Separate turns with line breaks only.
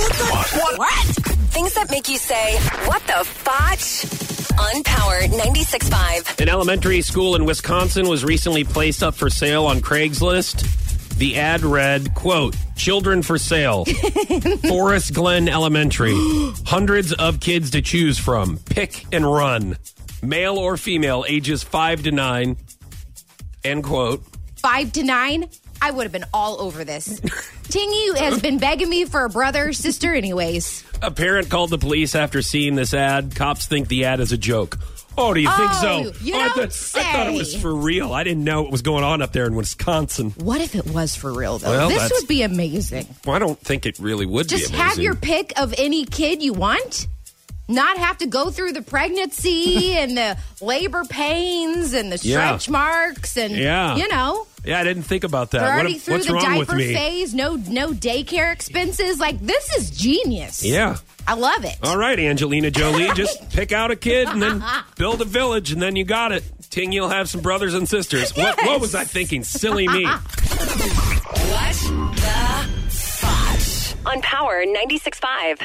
What?
Things that make you say, what the fotch? On Power 96.5.
An elementary school in Wisconsin was recently placed up for sale on Craigslist. The ad read, quote, children for sale. Forest Glen Elementary. Hundreds of kids to choose from. Pick and run. Male or female, ages five to nine. End quote.
five to nine, I would have been all over this. Tingy has been begging me for a brother, sister, anyways.
A parent called the police after seeing this ad. Cops think the ad is a joke. Oh, do you think
Oh,
so?
you
oh, I,
don't
thought, I thought it
say.
was for real. I didn't know what was going on up there in Wisconsin.
What if it was for real, though?
Well,
this
that's-
would be amazing.
Well, I don't think it really would
Just
be.
have
amazing.
your pick of any kid you want. Not have to go through the pregnancy and the labor pains and the
Yeah.
stretch marks and,
Yeah.
you know.
Yeah, I didn't think about that.
They're
What
already
am-
through
what's
the
wrong with
diaper
me?
phase, no no daycare expenses. Like this is genius.
Yeah.
I love it.
All right, Angelina Jolie, just pick out a kid and then build a village, and then you got it. Ting, you'll have some brothers and sisters. What, what
Yes.
was I thinking? Silly me.
What the fotch? On Power 96.5.